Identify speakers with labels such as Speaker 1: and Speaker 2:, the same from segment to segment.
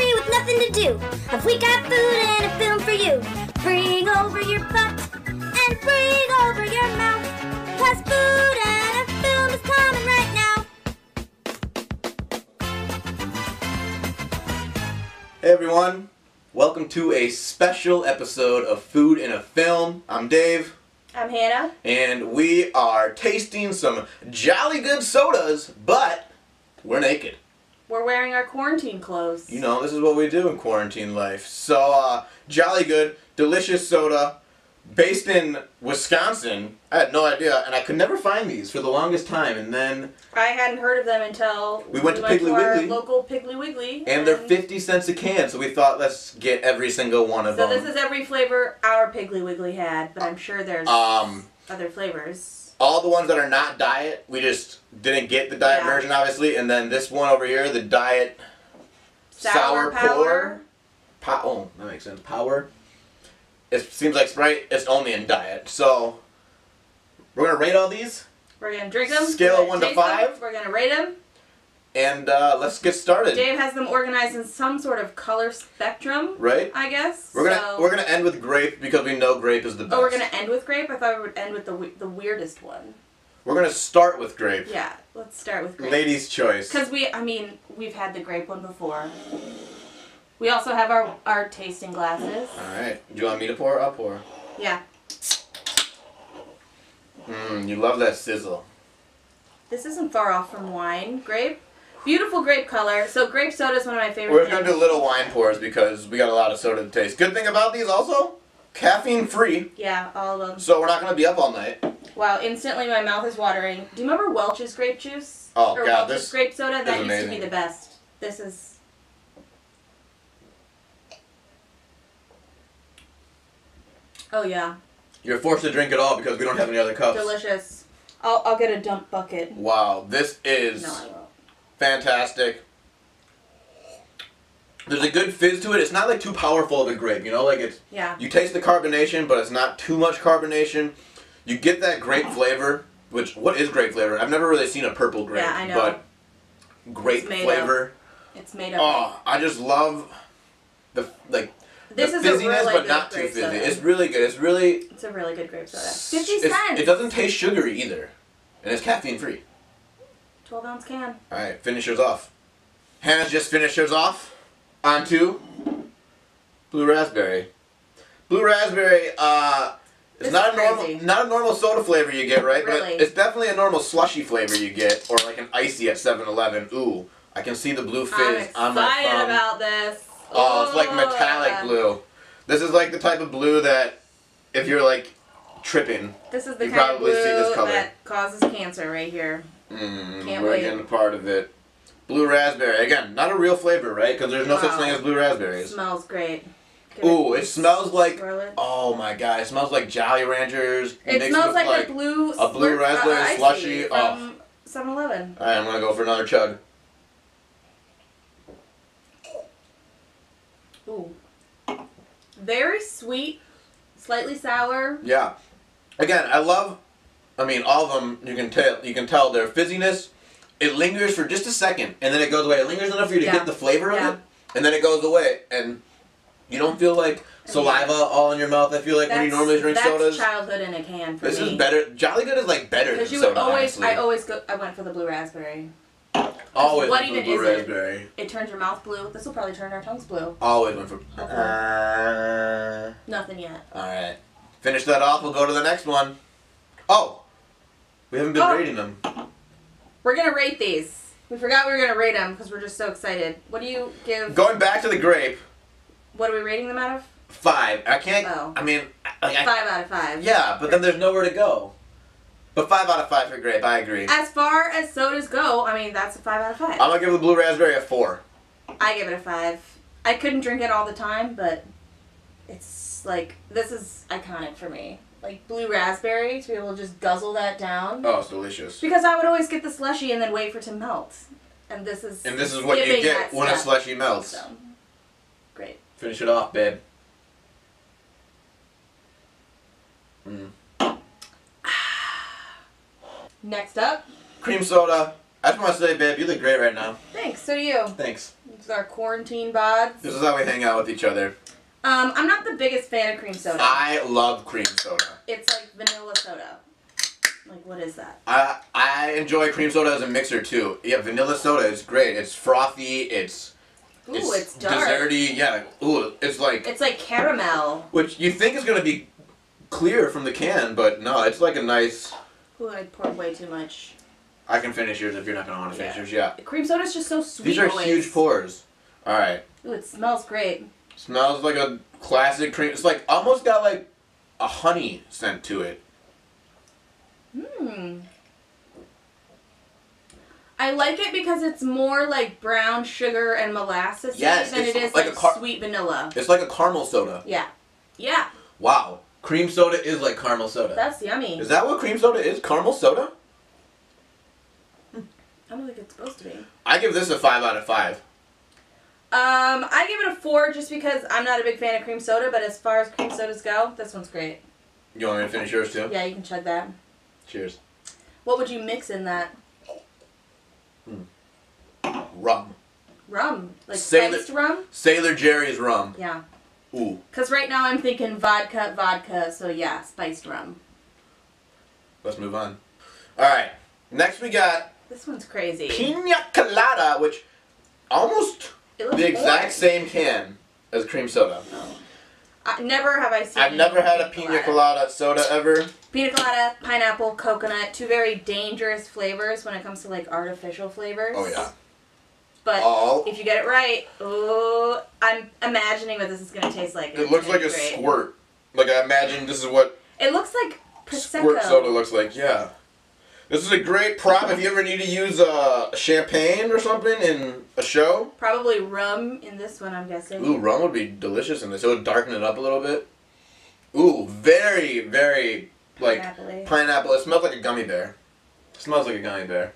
Speaker 1: to do. If we got food and a film for you, bring over your butt and bring over your mouth. Cause food and a film is coming right now.
Speaker 2: Hey everyone, welcome to a special episode of Food in a Film. I'm Dave,
Speaker 3: I'm Hannah.
Speaker 2: and we are tasting some jolly good sodas, but we're naked.
Speaker 3: We're wearing our quarantine clothes.
Speaker 2: You know, this is what we do in quarantine life. So, uh, jolly good, delicious soda, based in Wisconsin. I had no idea, and I could never find these for the longest time, and then,
Speaker 3: I hadn't heard of them until
Speaker 2: We went to Piggly
Speaker 3: our
Speaker 2: Wiggly.
Speaker 3: local Piggly Wiggly.
Speaker 2: and they're 50 cents a can, so we thought let's get every single one of
Speaker 3: So
Speaker 2: them.
Speaker 3: this is every flavor our Piggly Wiggly had, but I'm sure there's
Speaker 2: um,
Speaker 3: other flavors.
Speaker 2: all the ones that are not diet, we just didn't get the diet
Speaker 3: Yeah.
Speaker 2: version, obviously. And then this one over here, the diet Sour
Speaker 3: Power.
Speaker 2: power. Oh, that makes sense. Power. It seems like Sprite is only in diet, so we're gonna rate all these
Speaker 3: We're gonna drink them.
Speaker 2: Scale of one to five.
Speaker 3: We're gonna rate them.
Speaker 2: and uh, let's get started.
Speaker 3: Dave has them organized in some sort of color spectrum,
Speaker 2: Right?
Speaker 3: I guess.
Speaker 2: We're gonna
Speaker 3: so,
Speaker 2: we're gonna end with grape because we know grape is the best.
Speaker 3: Oh, we're gonna end with grape. I thought we would end with the we- the weirdest one.
Speaker 2: We're gonna start with grape.
Speaker 3: Yeah, let's start with grape.
Speaker 2: Ladies' choice.
Speaker 3: Because we, I mean, we've had the grape one before. We also have our our tasting glasses.
Speaker 2: All right. Do you want me to pour or I'll pour?
Speaker 3: Yeah,
Speaker 2: Mmm, you love that sizzle.
Speaker 3: this isn't far off from wine. Grape, beautiful grape color. So grape soda is one of my favorite.
Speaker 2: We're gonna
Speaker 3: things.
Speaker 2: do little wine pours because we got a lot of soda to taste. Good thing about these also, caffeine free,
Speaker 3: Yeah, all of them.
Speaker 2: so we're not gonna be up all night.
Speaker 3: Wow, instantly my mouth is watering. Do you remember Welch's grape juice?
Speaker 2: Oh,
Speaker 3: or
Speaker 2: God,
Speaker 3: Welch's
Speaker 2: this
Speaker 3: grape soda. That used to
Speaker 2: amazing.
Speaker 3: be the best. This is. Oh yeah,
Speaker 2: You're forced to drink it all because we don't have any other cups.
Speaker 3: delicious. I'll I'll get a dump bucket.
Speaker 2: Wow, this is
Speaker 3: No, I won't.
Speaker 2: fantastic. There's a good fizz to it. It's not like too powerful of a grape, you know, like it's
Speaker 3: Yeah.
Speaker 2: you taste the carbonation, but it's not too much carbonation. You get that grape flavor, which what is grape flavor? I've never really seen a purple grape,
Speaker 3: Yeah, I know.
Speaker 2: but grape
Speaker 3: It's made
Speaker 2: flavor.
Speaker 3: It's made up.
Speaker 2: Oh, I just love the like
Speaker 3: this
Speaker 2: the
Speaker 3: is a
Speaker 2: fizziness,
Speaker 3: really
Speaker 2: but
Speaker 3: good
Speaker 2: not too
Speaker 3: grape
Speaker 2: fizzy.
Speaker 3: soda.
Speaker 2: It's really good. It's really
Speaker 3: It's a really good grape soda.
Speaker 2: s-
Speaker 3: Fifty
Speaker 2: it's-
Speaker 3: cents.
Speaker 2: It doesn't taste sugary either, and it's caffeine free.
Speaker 3: Twelve ounce can.
Speaker 2: All right, finish yours off. Hannah's just finished hers off. On to blue raspberry. Blue raspberry. Uh, it's
Speaker 3: This
Speaker 2: not
Speaker 3: is
Speaker 2: a normal,
Speaker 3: crazy.
Speaker 2: not a normal soda flavor you get, right?
Speaker 3: Really.
Speaker 2: But it's definitely a normal slushy flavor you get, or like an icy at 7-Eleven. Ooh, I can see the blue fizz
Speaker 3: I'm excited
Speaker 2: on my thumb.
Speaker 3: about this.
Speaker 2: Oh, it's like metallic
Speaker 3: yeah.
Speaker 2: blue. This is like the type of blue that if you're like tripping,
Speaker 3: This is the
Speaker 2: You
Speaker 3: kind of
Speaker 2: probably
Speaker 3: blue
Speaker 2: see this color.
Speaker 3: that causes cancer right here.
Speaker 2: mm,
Speaker 3: Can't
Speaker 2: we're
Speaker 3: wait.
Speaker 2: getting a part of it. Blue raspberry again, not a real flavor, right? Because there's no such
Speaker 3: Wow.
Speaker 2: thing as blue raspberries.
Speaker 3: smells great. Can
Speaker 2: Ooh,
Speaker 3: I
Speaker 2: it smells like.
Speaker 3: swirl it?
Speaker 2: Oh my god, it smells like Jolly Ranchers.
Speaker 3: It
Speaker 2: mixed with,
Speaker 3: smells like, a blue
Speaker 2: a blue
Speaker 3: slurp- uh,
Speaker 2: raspberry
Speaker 3: icy
Speaker 2: slushy. Oh.
Speaker 3: from 7-Eleven.
Speaker 2: All right, I'm gonna go for another chug.
Speaker 3: Ooh, very sweet, slightly sour.
Speaker 2: Yeah. Again, I love. I mean, all of them. You can tell. You can tell their fizziness. It lingers for just a second, and then it goes away. It lingers enough for you to
Speaker 3: Yeah.
Speaker 2: get the flavor
Speaker 3: Yeah.
Speaker 2: of it, and then it goes away, and you don't feel like saliva all in your mouth. I feel like when you
Speaker 3: That's-
Speaker 2: normally drink
Speaker 3: that's
Speaker 2: sodas.
Speaker 3: childhood in a can for
Speaker 2: This is
Speaker 3: me.
Speaker 2: better. Jolly Good is like better than
Speaker 3: Because you would
Speaker 2: soda.
Speaker 3: always,
Speaker 2: honestly.
Speaker 3: I always go. I went for the blue raspberry.
Speaker 2: always
Speaker 3: what
Speaker 2: went
Speaker 3: even
Speaker 2: for blue
Speaker 3: is it?
Speaker 2: raspberry.
Speaker 3: It turns your mouth blue. This will probably turn our tongues blue.
Speaker 2: Always went for.
Speaker 3: Okay.
Speaker 2: Uh,
Speaker 3: Nothing yet.
Speaker 2: all right. Finish that off. We'll go to the next one. Oh, we haven't been
Speaker 3: Oh.
Speaker 2: rating them.
Speaker 3: We're gonna rate these. We forgot we were gonna rate them because we're just so excited. What do you give?
Speaker 2: Going back to the grape.
Speaker 3: What are we rating them out of?
Speaker 2: Five. I can't.
Speaker 3: Oh.
Speaker 2: I mean, I- like, I,
Speaker 3: Five out of five.
Speaker 2: yeah, but then there's nowhere to go. But five out of five for grape. I agree. I'm
Speaker 3: As far as sodas go, I mean that's a five out of five.
Speaker 2: gonna give the blue raspberry a four.
Speaker 3: I give it a five. I couldn't drink it all the time, but it's like this is iconic for me. Like blue raspberry to be able to just guzzle that down.
Speaker 2: Oh, it's delicious.
Speaker 3: Because I would always get the slushy and then wait for it to melt, and this is
Speaker 2: And this is what you
Speaker 3: giving
Speaker 2: get
Speaker 3: that
Speaker 2: when a
Speaker 3: step.
Speaker 2: slushy melts.
Speaker 3: So, great.
Speaker 2: Finish it off, babe. Mm.
Speaker 3: Next up,
Speaker 2: Cream soda. I just want to say, babe, you look great right now.
Speaker 3: thanks. So do you.
Speaker 2: Thanks.
Speaker 3: It's our quarantine bods.
Speaker 2: This is how we hang out with each other.
Speaker 3: Um, I'm not the biggest fan of cream soda.
Speaker 2: I love cream soda.
Speaker 3: It's like vanilla soda. Like what is that?
Speaker 2: I I enjoy cream soda as a mixer too. Yeah, vanilla soda is great. It's frothy. It's
Speaker 3: Ooh, it's, dark.
Speaker 2: desserty. Yeah. Ooh, it's like
Speaker 3: It's like caramel.
Speaker 2: which you think is gonna be clear from the can, but no, it's like a nice.
Speaker 3: Ooh, I poured way too much.
Speaker 2: I can finish yours if you're not gonna want to finish
Speaker 3: Yeah.
Speaker 2: yours. Yeah.
Speaker 3: Cream soda's just so sweet.
Speaker 2: These are
Speaker 3: always.
Speaker 2: huge pours. All right.
Speaker 3: Ooh, it smells great.
Speaker 2: Smells like a classic cream. It's like almost got like a honey scent to it.
Speaker 3: Hmm. I like it because it's more like brown sugar and molasses
Speaker 2: Yes,
Speaker 3: than
Speaker 2: it's
Speaker 3: it is
Speaker 2: like
Speaker 3: like,
Speaker 2: a car-
Speaker 3: sweet vanilla.
Speaker 2: It's like a caramel soda.
Speaker 3: Yeah. Yeah,
Speaker 2: Wow. Cream soda is like caramel soda.
Speaker 3: that's yummy.
Speaker 2: Is that what cream soda is? Caramel soda?
Speaker 3: I don't think it's supposed to be. Um,
Speaker 2: I give this a five out of five.
Speaker 3: I give it a four just because I'm not a big fan of cream soda, but as far as cream sodas go, this one's great.
Speaker 2: You want me to finish yours too?
Speaker 3: Yeah, you can chug that.
Speaker 2: Cheers.
Speaker 3: What would you mix in that?
Speaker 2: Rum.
Speaker 3: Rum, like
Speaker 2: Sailor-
Speaker 3: spiced rum.
Speaker 2: Sailor Jerry's rum.
Speaker 3: Yeah,
Speaker 2: Ooh,
Speaker 3: because right now I'm thinking vodka, vodka. So yeah, spiced rum.
Speaker 2: let's move on. All right. Next we got
Speaker 3: This one's crazy.
Speaker 2: pina colada, which almost
Speaker 3: It looks
Speaker 2: the exact
Speaker 3: orange.
Speaker 2: same can as cream soda.
Speaker 3: I, never have I seen.
Speaker 2: I've never had a pina colada soda ever.
Speaker 3: Pina colada, pineapple, coconut, two very dangerous flavors when it comes to like artificial flavors.
Speaker 2: Oh yeah. Oh.
Speaker 3: But
Speaker 2: All
Speaker 3: if you get it right, oh, I'm imagining what this is gonna taste like.
Speaker 2: it looks like a
Speaker 3: Great.
Speaker 2: squirt. Like I imagine this is what
Speaker 3: It looks like prosecco.
Speaker 2: squirt soda looks like. Yeah. This is a great prop if you ever need to use uh, champagne or something in a show.
Speaker 3: Probably rum in this one, I'm guessing.
Speaker 2: Ooh, rum would be delicious in this. It would darken it up a little bit. Ooh, very, very like
Speaker 3: Pineapple-y.
Speaker 2: pineapple. It smells like a gummy bear. It smells like a gummy bear.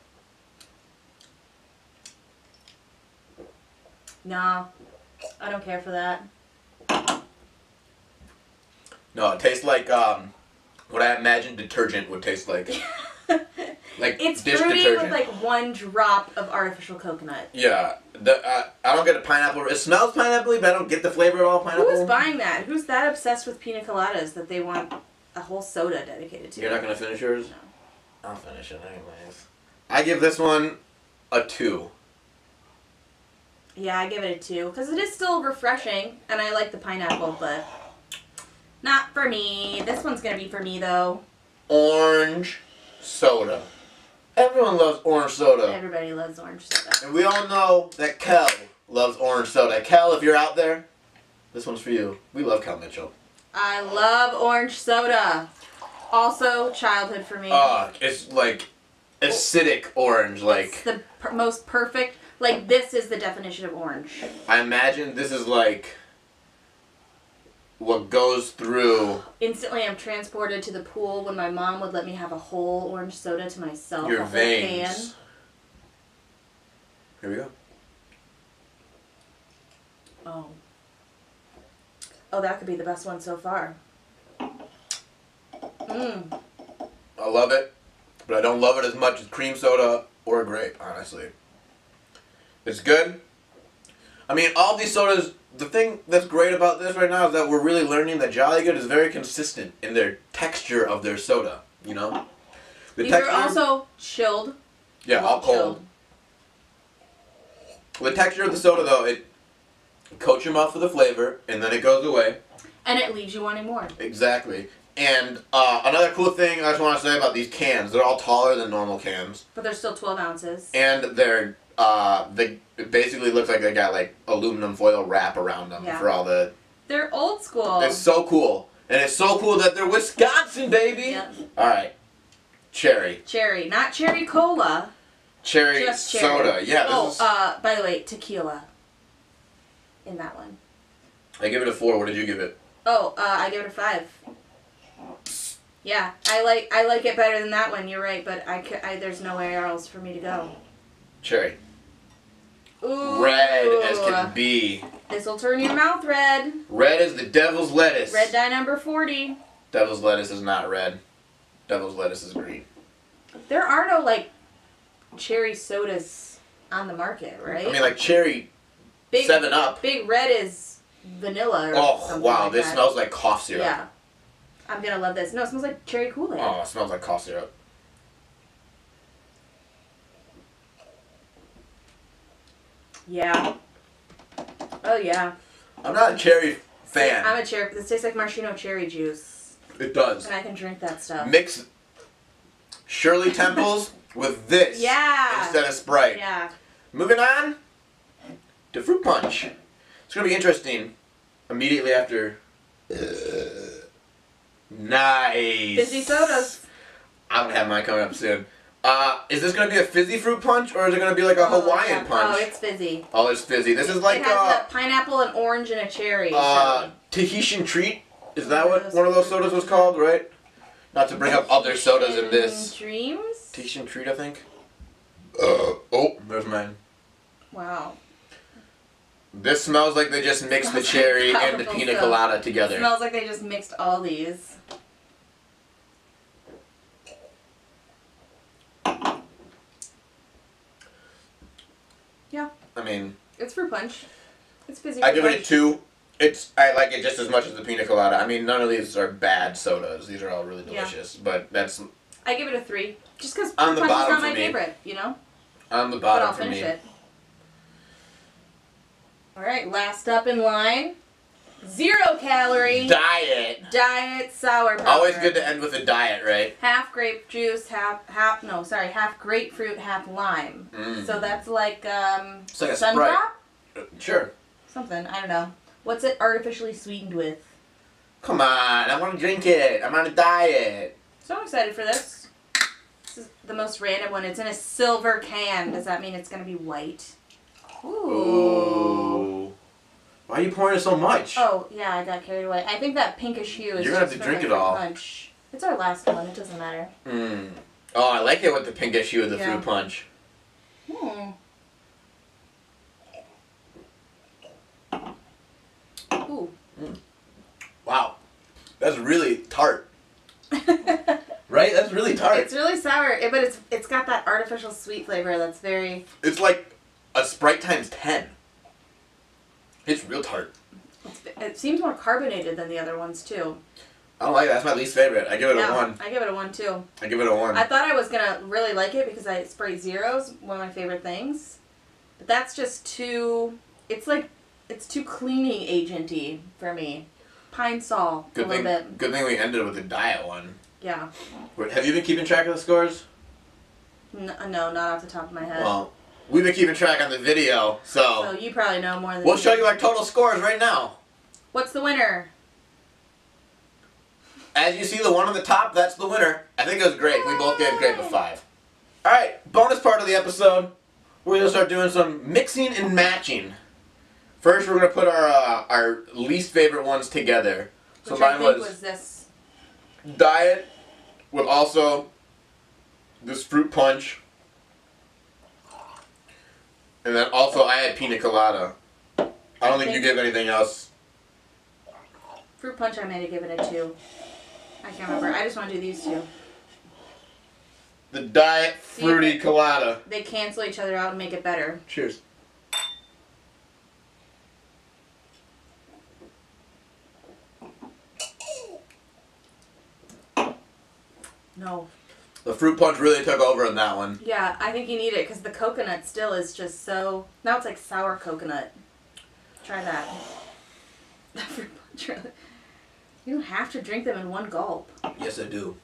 Speaker 3: No, I don't care for that.
Speaker 2: No, it tastes like um, what I imagine detergent would taste like. Like
Speaker 3: it's
Speaker 2: dish
Speaker 3: fruity
Speaker 2: detergent.
Speaker 3: with like one drop of artificial coconut.
Speaker 2: yeah, the, uh, I don't get a pineapple. It smells pineapple, but I don't get the flavor at all. Pineapple.
Speaker 3: Who's buying that? Who's that obsessed with pina coladas that they want a whole soda dedicated to?
Speaker 2: You're not gonna finish yours.
Speaker 3: No.
Speaker 2: I'll finish it anyways. I give this one a two.
Speaker 3: Yeah, I give it a two because it is still refreshing, and I like the pineapple, but not for me. This one's gonna be for me though.
Speaker 2: Orange soda. Everyone loves orange soda.
Speaker 3: Everybody loves orange soda.
Speaker 2: And we all know that Kel loves orange soda. Kel, if you're out there, this one's for you. We love Kel Mitchell.
Speaker 3: I love orange soda. Also, childhood for me.
Speaker 2: Ah, it's like acidic orange.
Speaker 3: it's
Speaker 2: Like
Speaker 3: the per- most perfect. Like this is the definition of orange.
Speaker 2: I imagine this is like what goes through
Speaker 3: Instantly, I'm transported to the pool when my mom would let me have a whole orange soda to myself. a
Speaker 2: your
Speaker 3: whole can.
Speaker 2: veins. Here we go.
Speaker 3: Oh. Oh, that could be the best one so far. Mmm.
Speaker 2: I love it, but I don't love it as much as cream soda or grape, honestly. It's good. I mean, all these sodas, the thing that's great about this right now is that we're really learning that Jolly Good is very consistent in their texture of their soda, you know? The
Speaker 3: These are also chilled.
Speaker 2: yeah, all
Speaker 3: well
Speaker 2: cold. The texture of the soda, though, it coats your mouth for the flavor, and then it goes away.
Speaker 3: And it leaves you wanting more.
Speaker 2: Exactly. And uh, another cool thing I just want to say about these cans, they're all taller than normal cans.
Speaker 3: But they're still 12 ounces.
Speaker 2: and they're uh they it basically looks like they got like aluminum foil wrap around them
Speaker 3: Yeah. Oh.
Speaker 2: for all the
Speaker 3: They're old school.
Speaker 2: it's so cool and it's so cool that they're wisconsin baby
Speaker 3: Yep.
Speaker 2: all right cherry
Speaker 3: Cherry. Not cherry cola.
Speaker 2: cherry
Speaker 3: Just cherry.
Speaker 2: soda yeah this
Speaker 3: Oh,
Speaker 2: is,
Speaker 3: uh, by the way, tequila. In that one.
Speaker 2: i give it a four what did you give it
Speaker 3: Oh, uh, I give it a five. Yeah, I like I like it better than that one. You're right, but I, could, I there's nowhere else for me to go.
Speaker 2: cherry
Speaker 3: Ooh.
Speaker 2: red as can be
Speaker 3: This will turn your mouth red.
Speaker 2: red as the devil's lettuce
Speaker 3: Red dye number 40.
Speaker 2: devil's lettuce is not red devil's lettuce is green
Speaker 3: There are no like cherry sodas on the market, right?
Speaker 2: i mean like cherry
Speaker 3: Big
Speaker 2: Seven Up.
Speaker 3: Big Red is vanilla or
Speaker 2: Oh
Speaker 3: something
Speaker 2: wow,
Speaker 3: like
Speaker 2: this
Speaker 3: that.
Speaker 2: smells like cough syrup.
Speaker 3: Yeah. I'm gonna love this. No, it smells like cherry Kool-Aid.
Speaker 2: Oh, it smells like cough syrup.
Speaker 3: Yeah. Oh yeah.
Speaker 2: I'm not a cherry fan.
Speaker 3: I'm a cherry. This tastes like maraschino cherry juice,
Speaker 2: it does.
Speaker 3: and I can drink that stuff.
Speaker 2: Mix Shirley Temples with this
Speaker 3: Yeah.
Speaker 2: instead of Sprite.
Speaker 3: Yeah.
Speaker 2: Moving on to fruit punch. It's gonna be interesting. Immediately after. Uh. Nice.
Speaker 3: Fizzy sodas.
Speaker 2: I'm gonna have mine coming up soon. Uh, is this gonna be a fizzy fruit punch or is it gonna be like a
Speaker 3: Oh,
Speaker 2: Hawaiian
Speaker 3: yeah.
Speaker 2: punch?
Speaker 3: Oh, it's fizzy.
Speaker 2: Oh, it's fizzy. This is like
Speaker 3: it has
Speaker 2: uh,
Speaker 3: a pineapple, an orange, and a cherry.
Speaker 2: uh,
Speaker 3: so-
Speaker 2: Tahitian treat. Is that what one of those sodas was called, right? Not to bring up other sodas in this.
Speaker 3: Dreams.
Speaker 2: Tahitian treat, I think. Uh, oh, there's mine.
Speaker 3: Wow.
Speaker 2: This smells like they just mixed the cherry and the pina colada together.
Speaker 3: Smells like they just mixed all these.
Speaker 2: I mean,
Speaker 3: It's fruit punch. It's fizzy.
Speaker 2: I
Speaker 3: fruit
Speaker 2: give it a
Speaker 3: punch.
Speaker 2: two. It's I like it just as much as the pina colada. I mean, none of these are bad sodas. These are all really
Speaker 3: Yeah.
Speaker 2: delicious, but that's
Speaker 3: I give it a three, just because
Speaker 2: On
Speaker 3: fruit
Speaker 2: the
Speaker 3: punch is
Speaker 2: bottom
Speaker 3: not
Speaker 2: for
Speaker 3: my
Speaker 2: me.
Speaker 3: favorite. You know.
Speaker 2: on the
Speaker 3: but
Speaker 2: bottom
Speaker 3: I'll
Speaker 2: for
Speaker 3: finish
Speaker 2: me.
Speaker 3: it. All right, last up in line, zero calorie
Speaker 2: Diet.
Speaker 3: diet sour powder.
Speaker 2: Always good to end with a diet, right?
Speaker 3: half grape juice, half half no, sorry, half grapefruit, half lime.
Speaker 2: Mm.
Speaker 3: So that's like um
Speaker 2: It's like a
Speaker 3: sun
Speaker 2: Sprite.
Speaker 3: drop?
Speaker 2: Sure.
Speaker 3: something, I don't know. What's it artificially sweetened with?
Speaker 2: Come on, I want to drink it. I'm on a diet.
Speaker 3: So I'm excited for this. This is the most random one. It's in a silver can. Does that mean it's gonna be white? Ooh.
Speaker 2: Why are you pouring it so much?
Speaker 3: Oh yeah, I got carried away. I think that pinkish hue is.
Speaker 2: You're gonna have
Speaker 3: just
Speaker 2: to
Speaker 3: from
Speaker 2: drink
Speaker 3: the
Speaker 2: it all.
Speaker 3: Punch. It's our last one. It doesn't matter.
Speaker 2: Mm. Oh, I like it with the pinkish hue of the
Speaker 3: Yeah.
Speaker 2: fruit punch.
Speaker 3: Hmm. Ooh.
Speaker 2: Wow. That's really tart, right? That's really tart.
Speaker 3: it's really sour, it- but it's it's got that artificial sweet flavor that's very.
Speaker 2: It's like a Sprite times 10. It's real tart.
Speaker 3: It's, it seems more carbonated than the other ones too.
Speaker 2: I don't like it. That's my least favorite. I give it a 1.
Speaker 3: I give it a one too.
Speaker 2: I give it a 1.
Speaker 3: I thought I was gonna really like it because I spray zeros, one of my favorite things. But that's just too. It's like it's too cleaning agenty for me. Pine Sol a
Speaker 2: good,
Speaker 3: little
Speaker 2: thing,
Speaker 3: bit.
Speaker 2: good thing we ended with a diet one.
Speaker 3: Yeah.
Speaker 2: Wait, Have you been keeping track of the scores?
Speaker 3: N- no, not off the top of my head.
Speaker 2: Well, we've been keeping track on the video,
Speaker 3: Uh, so
Speaker 2: so
Speaker 3: you probably know more than.
Speaker 2: we'll
Speaker 3: me.
Speaker 2: show you our total scores right now.
Speaker 3: What's the winner?
Speaker 2: As you see, the one on the top, that's the winner. I think it was great. We both gave grape a 5. Alright, bonus part of the episode. We're going to start doing some mixing and matching. First, we're going to put our uh, our least favorite ones together. So
Speaker 3: Which I
Speaker 2: mine
Speaker 3: think
Speaker 2: was
Speaker 3: was this.
Speaker 2: diet with also this fruit punch. And then also I had pina colada. I don't think you gave anything else.
Speaker 3: Fruit punch, I might have given a two. I can't remember. I just want to do these two.
Speaker 2: The diet
Speaker 3: you
Speaker 2: fruity
Speaker 3: think-
Speaker 2: colada.
Speaker 3: They cancel each other out and make it better.
Speaker 2: Cheers.
Speaker 3: No.
Speaker 2: The fruit punch really took over in that one.
Speaker 3: Yeah, I think you need it because the coconut still is just so. Now it's like sour coconut. Try that. That fruit punch really. You don't have to drink them in one gulp.
Speaker 2: Yes, I do.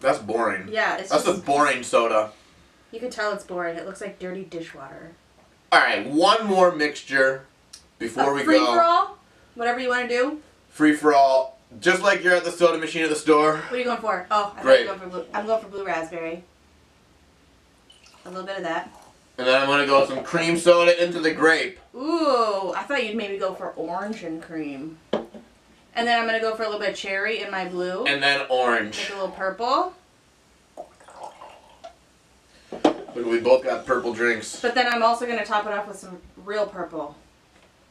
Speaker 2: That's boring.
Speaker 3: Yeah, it's
Speaker 2: That's a
Speaker 3: just.
Speaker 2: boring soda.
Speaker 3: You can tell it's boring. It looks like dirty dishwater.
Speaker 2: All right, one more mixture before
Speaker 3: A
Speaker 2: we
Speaker 3: free
Speaker 2: go.
Speaker 3: for all? Whatever you want to do.
Speaker 2: Free for all. Just like you're at the soda machine at the store.
Speaker 3: What are you going for? Oh, I
Speaker 2: Grape.
Speaker 3: think I'm going for blue. I'm going for blue raspberry. A little bit of that.
Speaker 2: And then I'm gonna go some cream soda into the grape.
Speaker 3: Ooh, I thought you'd maybe go for orange and cream. And then I'm gonna go for a little bit of cherry in my blue.
Speaker 2: And then
Speaker 3: Make
Speaker 2: orange.
Speaker 3: a little purple.
Speaker 2: Look, we both got purple drinks.
Speaker 3: But then I'm also gonna top it off with some real purple.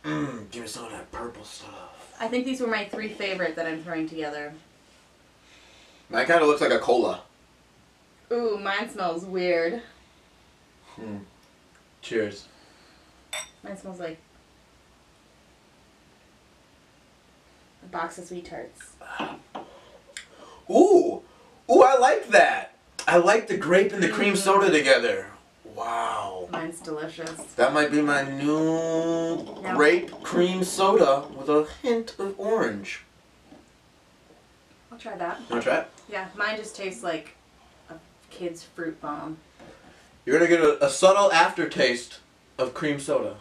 Speaker 2: Mmm, give me some of that purple stuff.
Speaker 3: I think these were my three favorite that I'm throwing together.
Speaker 2: Mine kinda looks like a cola.
Speaker 3: Ooh, mine smells weird.
Speaker 2: Cheers.
Speaker 3: Mine smells like a box of sweet tarts.
Speaker 2: Ooh, ooh, I like that. I like the grape and the cream soda together. Wow.
Speaker 3: Mine's delicious.
Speaker 2: That might be my new grape cream soda with a hint of orange.
Speaker 3: I'll try that.
Speaker 2: You wanna try it?
Speaker 3: Yeah, mine just tastes like a kid's fruit bomb.
Speaker 2: You're gonna get a, a subtle aftertaste of cream soda.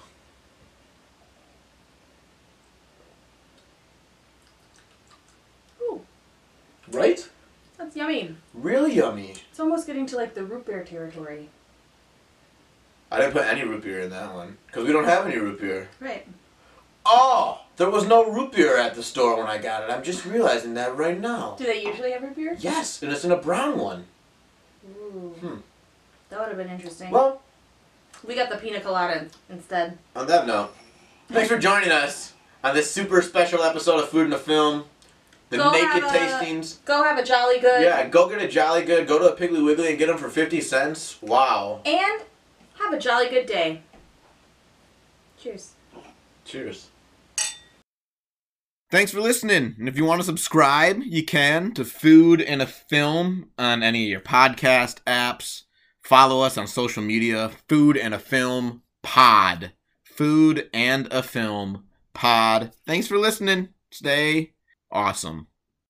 Speaker 3: Ooh,
Speaker 2: Right?
Speaker 3: that's yummy.
Speaker 2: Really yummy.
Speaker 3: It's almost getting to like the root beer territory.
Speaker 2: I didn't put any root beer in that one because we don't have any root beer.
Speaker 3: Right.
Speaker 2: Oh, there was no root beer at the store when I got it. I'm just realizing that right now.
Speaker 3: Do they usually have root beer?
Speaker 2: Yes, and it's in a brown one.
Speaker 3: Ooh.
Speaker 2: Hmm.
Speaker 3: That would have been interesting.
Speaker 2: Well,
Speaker 3: we got the pina colada instead.
Speaker 2: on that note, thanks for joining us on this super special episode of Food in the Film. The
Speaker 3: Go
Speaker 2: naked
Speaker 3: have a-
Speaker 2: tastings.
Speaker 3: Go have a jolly good.
Speaker 2: Yeah, go get a Jolly Good. Go to a Piggly Wiggly and get them for 50 cents. Wow.
Speaker 3: And have a jolly good day. Cheers.
Speaker 2: Cheers. Thanks for listening. And if you want to subscribe, you can to Food and a Film on any of your podcast apps. Follow us on social media Food and a Film Pod. Food and a Film Pod. Thanks for listening. Stay awesome.